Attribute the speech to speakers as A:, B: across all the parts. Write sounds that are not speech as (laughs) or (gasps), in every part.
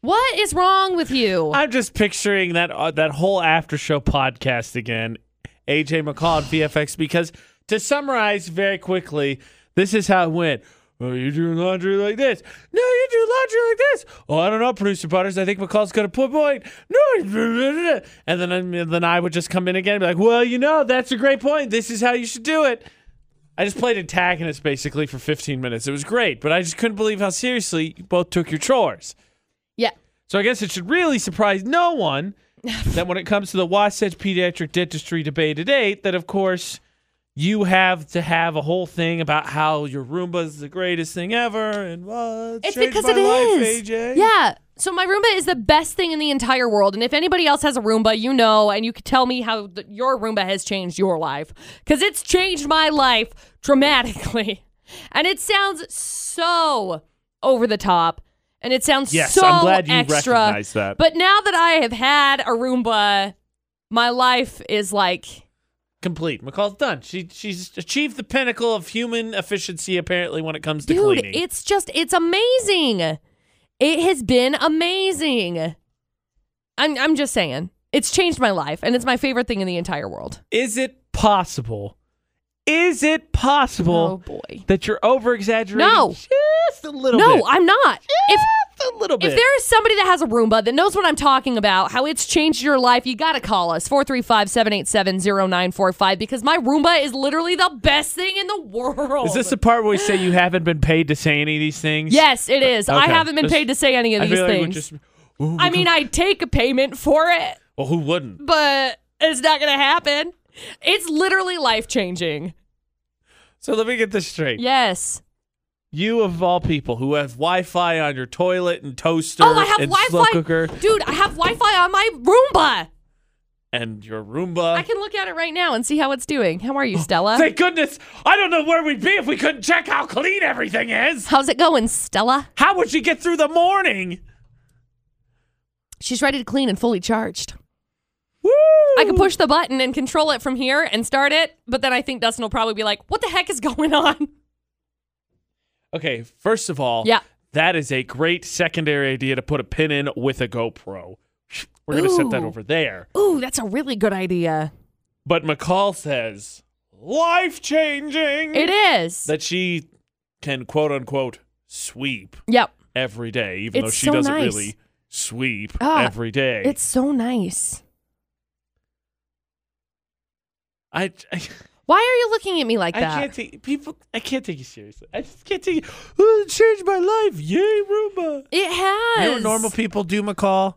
A: What is wrong with you?
B: I'm just picturing that uh, that whole after show podcast again, AJ McCall and VFX. Because to summarize very quickly, this is how it went. Oh, you do laundry like this. No, you do laundry like this. Oh, I don't know, producer Butters. I think McCall's gonna put point. No, (laughs) and then and then I would just come in again and be like, well, you know, that's a great point. This is how you should do it. I just played antagonist basically for 15 minutes. It was great, but I just couldn't believe how seriously you both took your chores.
A: yeah.
B: So I guess it should really surprise no one
A: (laughs)
B: that when it comes to the Wasatch Pediatric Dentistry debate at eight, that of course you have to have a whole thing about how your Roomba is the greatest thing ever, and well, it's,
A: It's
B: changed
A: because
B: my
A: it is.
B: life, AJ.
A: Yeah. So my Roomba is the best thing in the entire world, and if anybody else has a Roomba, you know, and you can tell me how th- your Roomba has changed your life, because it's changed my life dramatically, (laughs) and it sounds so over the top, and it sounds
B: Yes,
A: so
B: I'm glad you
A: extra.
B: recognize that.
A: But now that I have had a Roomba, my life is like
B: complete. McCall's done. She she's achieved the pinnacle of human efficiency apparently when it comes to
A: Dude,
B: cleaning.
A: it's just it's amazing. It has been amazing. I'm I'm just saying. It's changed my life and it's my favorite thing in the entire world.
B: is it possible? Is it
A: Oh
B: possible
A: boy.
B: that you're over exaggerating?
A: No.
B: just a little
A: No,
B: bit.
A: I'm not. If
B: just a little bit.
A: if there is somebody that has a Roomba that knows what I'm talking about, how it's changed your life, you got to call us 435-787-0945 because my Roomba is literally the best thing in the world.
B: Is this the part where we say you haven't been paid to say any of these things?
A: Yes, it is. I
B: Okay.
A: haven't been
B: Just-
A: paid to say any of
B: I
A: these
B: feel like we
A: things.
B: just.
A: I
B: (laughs)
A: mean, I take a payment for it.
B: Well, who wouldn't?
A: but it's not gonna happen. It's literally life changing.
B: So let me get this straight.
A: Yes.
B: You of all people who have Wi-Fi on your toilet and toaster
A: Oh, I have
B: and
A: Wi-Fi,
B: slow cooker
A: dude. I have Wi-Fi on my Roomba.
B: and your Roomba.
A: I can look at it right now and see how it's doing. How are you, Stella?
B: Thank goodness! I don't know where we'd be if we couldn't check how clean everything is.
A: How's it going, Stella?
B: How would she get through the morning?
A: She's ready to clean and fully charged.
B: Woo!
A: I can push the button and control it from here and start it, but then I think Dustin will probably be like, "What the heck is (laughs) going on?"
B: Okay, first of all,
A: Yeah.
B: that is a great secondary idea to put a pin in with a GoPro. We're gonna set that
A: Ooh.
B: over there.
A: Ooh, that's a really good idea.
B: But McCall says, life changing.
A: It is.
B: That she can quote unquote sweep
A: yep.
B: every day, even though
A: It's
B: she
A: so
B: doesn't
A: nice.
B: really sweep
A: Ah,
B: every day.
A: It's so nice.
B: I, I,
A: Why are you looking at me like
B: I
A: that?
B: can't take people. I can't take you seriously. I just can't take you. Oh, it changed my life. Yay, Roomba.
A: It has.
B: You know what normal people do, McCall?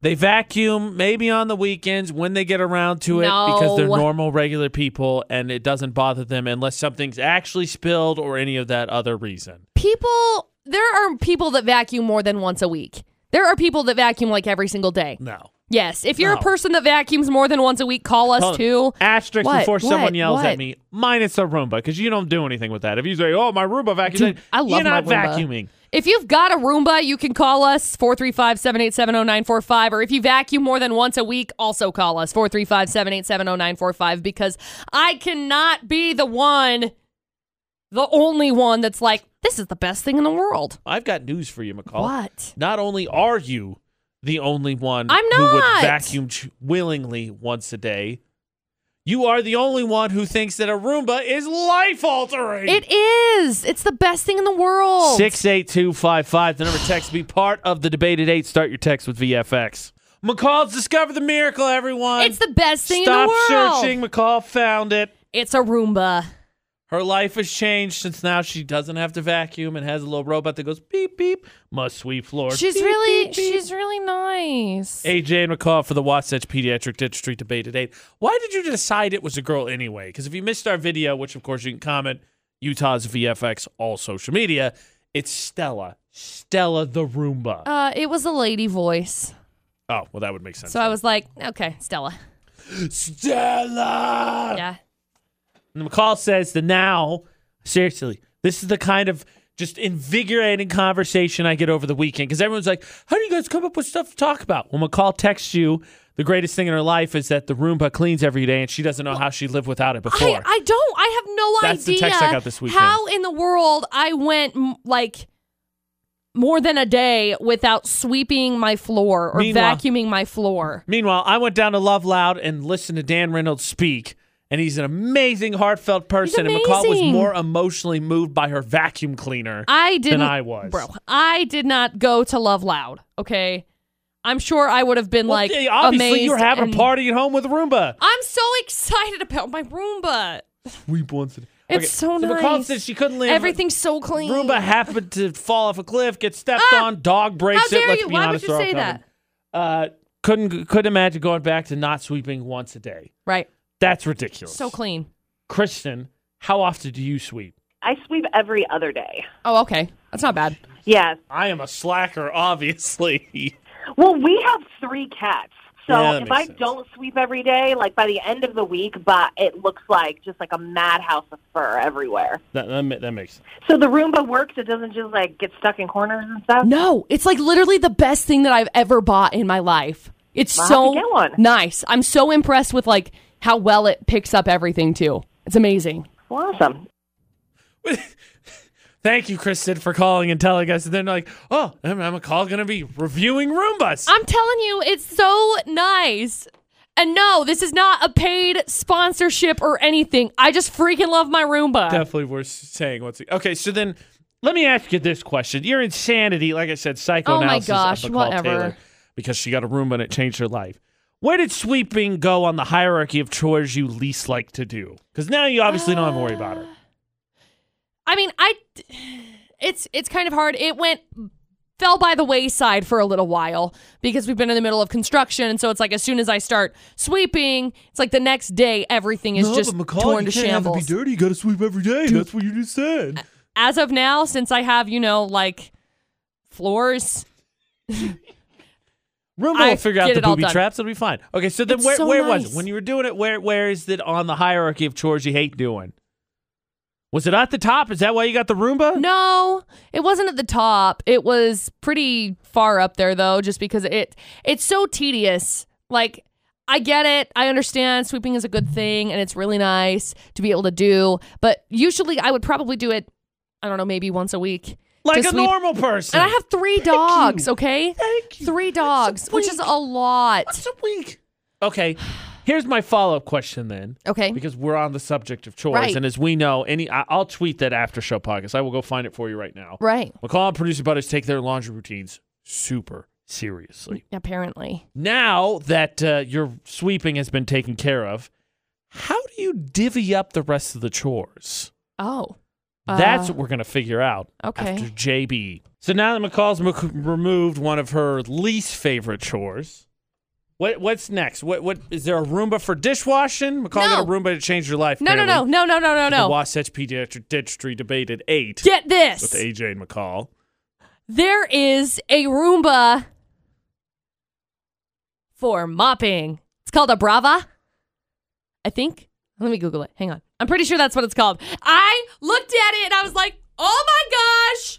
B: They vacuum maybe on the weekends when they get around to it because they're
A: No.
B: normal, regular people and it doesn't bother them unless something's actually spilled or any of that other reason.
A: people there are people that vacuum more than once a week there are people that vacuum like every single day
B: No.
A: yes if you're
B: No.
A: a person that vacuums more than once a week call us
B: Hold on.
A: too
B: Oh, Asterisk
A: What?
B: before someone
A: What?
B: yells at
A: What?
B: me, minus a Roomba, because you don't do anything with that. If you say, oh, my Roomba vacuums,
A: Dude, I love
B: you're
A: my
B: not
A: Roomba.
B: vacuuming.
A: if you've got a roomba you can call us oh, 435-787-0945 or if you vacuum more than once a week also call us oh, 435-787-0945 because i cannot be the one the only one that's like this is the best thing in the world
B: I've got news for you, McCall.
A: what
B: Not only are you the only one
A: I'm
B: who would
A: not.
B: vacuum ch- willingly once a day, you are the only one who thinks that a Roomba is life altering.
A: it is it's the best thing in the world
B: 68255, the number text. Be part of the debate at 8. Start your text with VFX. McCall's discovered the miracle, everyone.
A: It's the best thing in the
B: Stop
A: world.
B: searching. McCall found it.
A: It's a Roomba.
B: Her life has changed since now she doesn't have to vacuum and has a little robot that goes beep beep, must sweep floor.
A: She's
B: Beep,
A: really
B: beep, beep.
A: she's really nice.
B: AJ and McCall for the Wasatch Pediatric Dentistry Debate at 8. Why did you decide it was a girl anyway? Because if you missed our video, which of course you can comment, Utah's VFX, all social media, it's Stella. Stella the Roomba.
A: Uh, it was a lady voice,
B: oh, well, that would make sense.
A: so I was like, okay, Stella.
B: Stella!
A: Yeah,
B: And McCall says the now, seriously, this is the kind of just invigorating conversation I get over the weekend because everyone's like, how do you guys come up with stuff to talk about? Well, McCall texts you, the greatest thing in her life is that the Roomba cleans every day and she doesn't know how she lived without it before.
A: I, I don't. I have no
B: That's the
A: idea
B: text I got this weekend.
A: how in the world I went m- like more than a day without sweeping my floor or
B: Meanwhile-
A: vacuuming my floor.
B: Meanwhile, I went down to Love Loud and listened to Dan Reynolds speak, and he's an amazing, heartfelt person. And McCall was
A: amazing.
B: more emotionally moved by her vacuum cleaner.
A: I didn't.
B: I was.
A: bro. I did not go to Love Loud. Okay, I'm sure I would have been
B: Well,
A: like,
B: yeah, obviously, you were
A: amazed
B: having
A: and-
B: a party at home with Roomba.
A: I'm so (laughs) excited about my Roomba.
B: Sweep once a day.
A: It's so
B: McCall
A: nice.
B: said she couldn't leave.
A: Everything's so clean.
B: Roomba happened to fall off a cliff, get stepped
A: Ah!
B: on, dog breaks
A: How
B: it.
A: dare
B: Let's
A: you?
B: be
A: Why would
B: honest,
A: you
B: they're all
A: say
B: covered.
A: that?
B: Uh, couldn't couldn't imagine going back to not sweeping once a day.
A: Right.
B: That's ridiculous.
A: So clean.
B: Kristen, how often do you sweep?
C: I sweep every other day.
A: Oh, okay. That's not bad.
C: Yes.
B: I am a slacker, obviously.
C: Well, we have three cats. So
B: Yeah, that
C: if
B: makes
C: I
B: sense.
C: don't sweep every day, like by the end of the week, but it looks like just like a madhouse of fur everywhere.
B: (laughs) that, that ma- that makes sense.
C: So the Roomba works. It doesn't just like get stuck in corners and stuff.
A: No, it's like literally the best thing that I've ever bought in my life. It's
C: I'll have
A: so
C: to get one.
A: nice. I'm so impressed with like how well it picks up everything too. It's amazing.
C: Well, awesome.
B: (laughs) Thank you, Kristen, for calling and telling us. And then like, oh, I'm, I'm a call going to be reviewing Roombas.
A: I'm telling you, it's so nice. And no, this is not a paid sponsorship or anything. I just freaking love my Roomba.
B: Definitely worth saying once. again. Okay, so then let me ask you this question: Your insanity, like I said, psychoanalysis.
A: Oh gosh,
B: of Nicole
A: whatever.
B: Taylor, because she got a Roomba and it changed her life. Where did sweeping go on the hierarchy of chores you least like to do? Because now you obviously don't have to worry about it.
A: I mean, I it's it's kind of hard. It went fell by the wayside for a little while because we've been in the middle of construction and so it's like as soon as I start sweeping, it's like the next day everything is just torn to shambles.
B: dirty. You got to sweep every day. That's what you just said.
A: As of now, since I have, you know, like floors,
B: Roomba
A: I
B: will figure out
A: get
B: the
A: it all
B: booby
A: done.
B: traps. It'll be fine. Okay, so then
A: It's
B: where
A: so
B: where was
A: nice.
B: it when you were doing it? Where where is it on the hierarchy of chores you hate doing? Was it at the top? Is that why you got the Roomba?
A: No, it wasn't at the top. It was pretty far up there though, just because it it's so tedious. Like I get it. I understand sweeping is a good thing and it's really nice to be able to do, but usually I would probably do it I don't know, maybe once a week.
B: like
A: to
B: a
A: sweep.
B: normal person.
A: And I have 3 dogs, okay?
B: Thank you.
A: 3
B: Once a
A: dogs, which is
B: week.
A: a lot.
B: once a week. Okay, here's my follow up question then,
A: Okay.
B: because we're on the subject of chores,
A: Right.
B: and as we know, any I, I'll tweet that after show podcast. I will go find it for you right now.
A: Right.
B: McCall and producer butters take their laundry routines super seriously.
A: Apparently.
B: Now that uh, your sweeping has been taken care of, how do you divvy up the rest of the chores?
A: Oh.
B: That's
A: Uh,
B: what we're going to figure out
A: okay.
B: after JB. So now that McCall's m- removed one of her least favorite chores, what what's next? What what is there a Roomba for dishwashing? McCall got a
A: No.
B: Roomba to change your life.
A: No, no, no.
B: apparently.
A: No, no, no, no,
B: The
A: no.
B: Wasatch Pediatric debate at eight
A: Get this.
B: with AJ and McCall.
A: There is a Roomba for mopping. It's called a Brava, I think. Let me Google it. Hang on. I'm pretty sure that's what it's called. I looked at it and I was like, oh my gosh.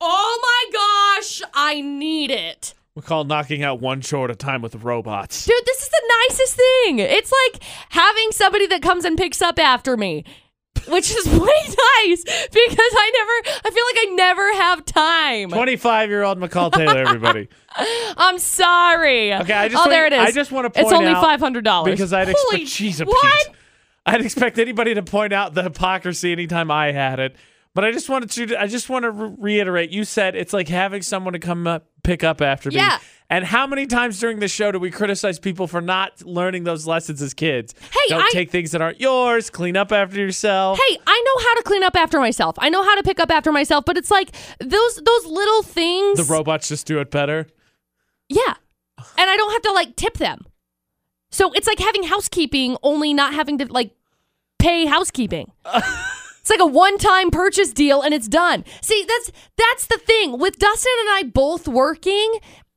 A: Oh my gosh. I need it.
B: McCall knocking out one chore at a time with the robots.
A: Dude, this is the nicest thing. It's like having somebody that comes and picks up after me, which is (laughs) way nice because I never, I feel like I never have time.
B: Twenty-five year old McCall
A: (laughs)
B: Taylor, everybody.
A: I'm sorry.
B: Okay, I just
A: oh,
B: want-
A: there it is.
B: I just want to point
A: it's only
B: out
A: five hundred dollars
B: because I'd
A: Holy
B: expect she's a
A: what?
B: Pete. I'd expect anybody to point out the hypocrisy anytime I had it. But I just wanted to I just want to re- reiterate you said it's like having someone to come up pick up after me.
A: Yeah.
B: And how many times during the show do we criticize people for not learning those lessons as kids?
A: Hey,
B: don't
A: I-
B: take things that aren't yours, clean up after yourself.
A: Hey, I know how to clean up after myself. I know how to pick up after myself. But it's like those those little things.
B: The robots just do it better. (gasps)
A: yeah, and I don't have to like tip them. So it's like having housekeeping, only not having to like pay housekeeping. It's like a one-time purchase deal and it's done. See, that's that's the thing. With Dustin and I both working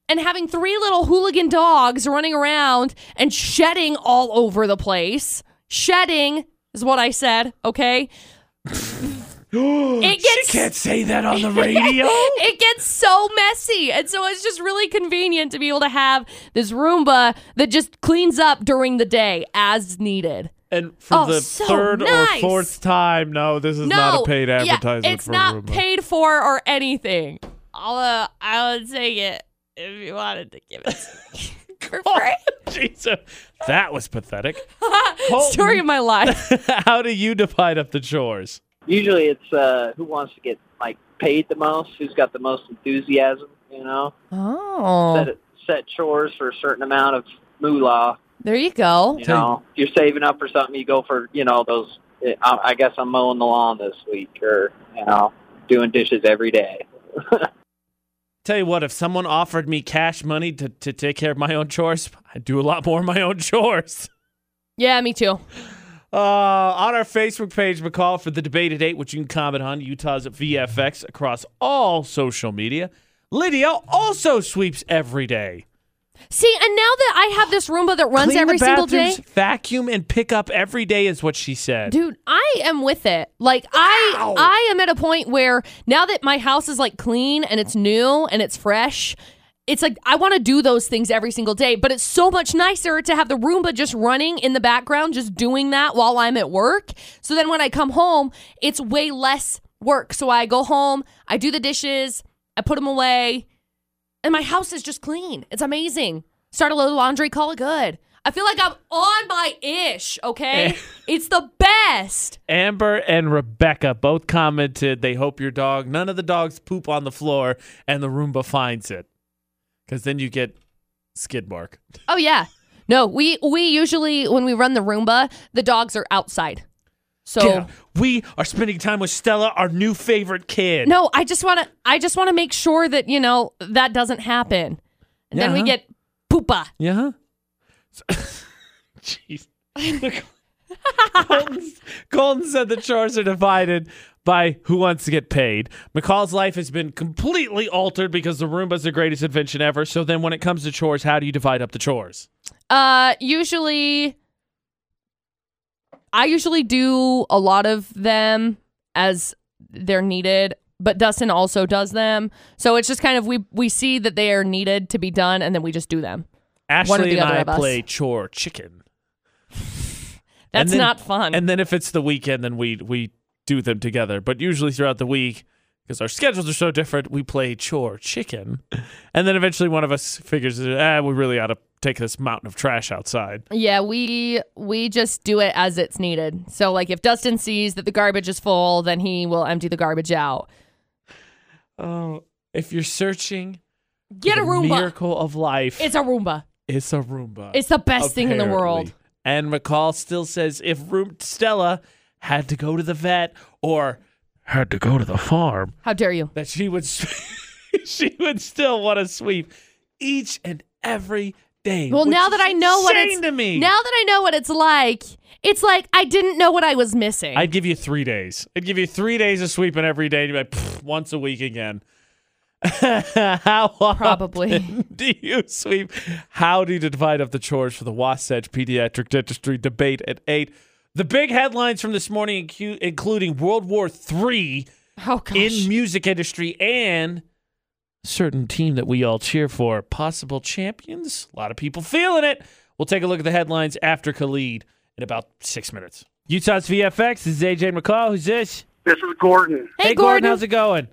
A: and having three little hooligan dogs running around and shedding all over the place. Shedding is what I said, okay? it
B: She
A: gets
B: can't say that
A: (laughs)
B: on the radio.
A: it gets so messy. And so it's just really convenient to be able to have this Roomba that just cleans up during the day as needed.
B: And for
A: Oh,
B: the
A: so
B: third or
A: nice.
B: fourth time, no, this is
A: no,
B: not a paid
A: yeah,
B: advertisement
A: it's
B: for
A: not
B: Roomba.
A: paid for or anything. I'll uh, I'll take it if you wanted to give it to me (laughs) for free.
B: (laughs) Jesus, that was pathetic. (laughs)
A: (laughs) Story of my life.
B: How do you divide up the chores?
D: usually it's uh who wants to get like paid the most, who's got the most enthusiasm, you know.
A: Oh,
D: Set set chores for a certain amount of moolah,
A: there you go.
D: you know. If you're saving up for something, you go for, you know, those I, I guess I'm mowing the lawn this week or, you know, doing dishes every day. (laughs)
B: Tell you what, if someone offered me cash money to, to take care of my own chores, I'd do a lot more of my own chores. (laughs)
A: Yeah, me too.
B: Uh, on our Facebook page, McCall, for the debate at 8, which you can comment on, Utah's at VFX across all social media. Lydia also sweeps every day.
A: See, and now that I have this Roomba that runs
B: Clean
A: every
B: the
A: single day,
B: bathrooms, Vacuum and pick up every day is what she said.
A: dude i am with it like i i am at a point where now that my house is like clean and it's new and it's fresh it's like i want to do those things every single day but it's so much nicer to have the roomba just running in the background just doing that while i'm at work so then when i come home it's way less work so i go home i do the dishes i put them away and my house is just clean it's amazing start a load of laundry call it good i feel like i'm on my ish
B: Eh.
A: okay (laughs) it's the best.
B: Amber and Rebecca both commented they hope your dog, none of the dogs poop on the floor and the Roomba finds it. Because then you get skid mark.
A: Oh yeah. No, we we usually when we run the Roomba, the dogs are outside. So
B: Yeah. We are spending time with Stella, our new favorite kid.
A: no, I just want to I just want to make sure that, you know, that doesn't happen. And then we
B: Yeah.
A: get poopa.
B: Yeah. So- (laughs) Jeez. The- Colton, Colton said the chores are divided by who wants to get paid. McCall's life has been completely altered because the Roomba's the greatest invention ever. So then when it comes to chores, how do you divide up the chores?
A: Uh usually I usually do a lot of them as they're needed, but Dustin also does them. So it's just kind of we we see that they are needed to be done and then we just do them. One or
B: Ashley
A: the
B: and
A: other
B: I
A: of us.
B: play chore chicken.
A: That's
B: then-
A: not fun.
B: And then if it's the weekend, then we we do them together. But usually throughout the week, because our schedules are so different, we play chore chicken, and then eventually one of us figures, ah, we really ought to take this mountain of trash outside.
A: Yeah, we we just do it as it's needed. So like if Dustin sees that the garbage is full, then he will empty the garbage out.
B: Oh, if you're searching,
A: Get a
B: the
A: Roomba.
B: Miracle of life.
A: It's a Roomba.
B: it's a Roomba.
A: It's the best thing in the world.
B: Apparently. And McCall still says if Room Stella had to go to the vet or had to go to the farm,
A: How dare you?
B: that she would (laughs) she would still want to sweep each and every day.
A: Well,
B: which
A: now that
B: is
A: I know what
B: insane
A: it's
B: to me.
A: now that I know what it's like, it's like I didn't know what I was missing.
B: I'd give you three days. I'd give you three days of sweeping every day. You'd be like, "Pfft, once a week again. (laughs) How
A: Probably.
B: often do you sweep? How do you divide up the chores for the Wasatch Pediatric Dentistry debate at eight? The big headlines from this morning, incu- including World War III
A: oh gosh.
B: in music industry and certain team that we all cheer for possible champions a lot of people feeling it we'll take a look at the headlines after khalid in about six minutes utah's vfx this is aj mccall who's this
E: This is Gordon.
A: hey,
B: gordon.
A: Gordon.
B: how's it going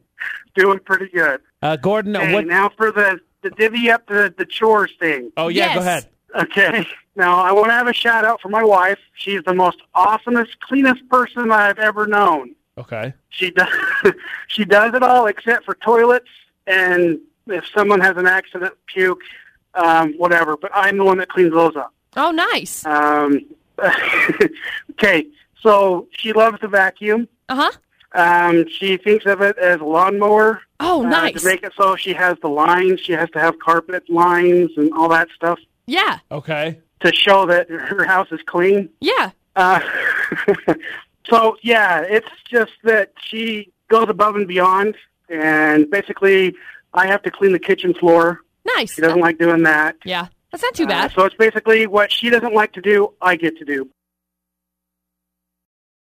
E: Doing pretty good.
B: uh, gordon uh,
E: Okay,
B: what
E: now for the, the divvy up the, the chores thing.
B: oh yeah go
A: Yes.
B: ahead
E: Okay. (laughs) Now, I want to have a shout out for my wife. She's the most awesomest, cleanest person I've ever known.
B: okay
E: She does, (laughs) she does it all except for toilets and if someone has an accident, puke, um, whatever. But I'm the one that cleans those up.
A: oh, nice.
E: Um, (laughs) okay. So she loves the vacuum.
A: Uh-huh.
E: Um, she thinks of it as a lawnmower.
A: Oh,
E: uh,
A: nice.
E: to make it so she has the lines. She has to have carpet lines and all that stuff
A: yeah.
B: okay
E: to show that her house is clean.
A: Yeah.
E: Uh, (laughs) so yeah, it's just that she goes above and beyond, and basically, I have to clean the kitchen floor.
A: Nice.
E: She doesn't like doing that.
A: yeah. That's not too
E: Uh,
A: bad.
E: so it's basically what she doesn't like to do, I get to do.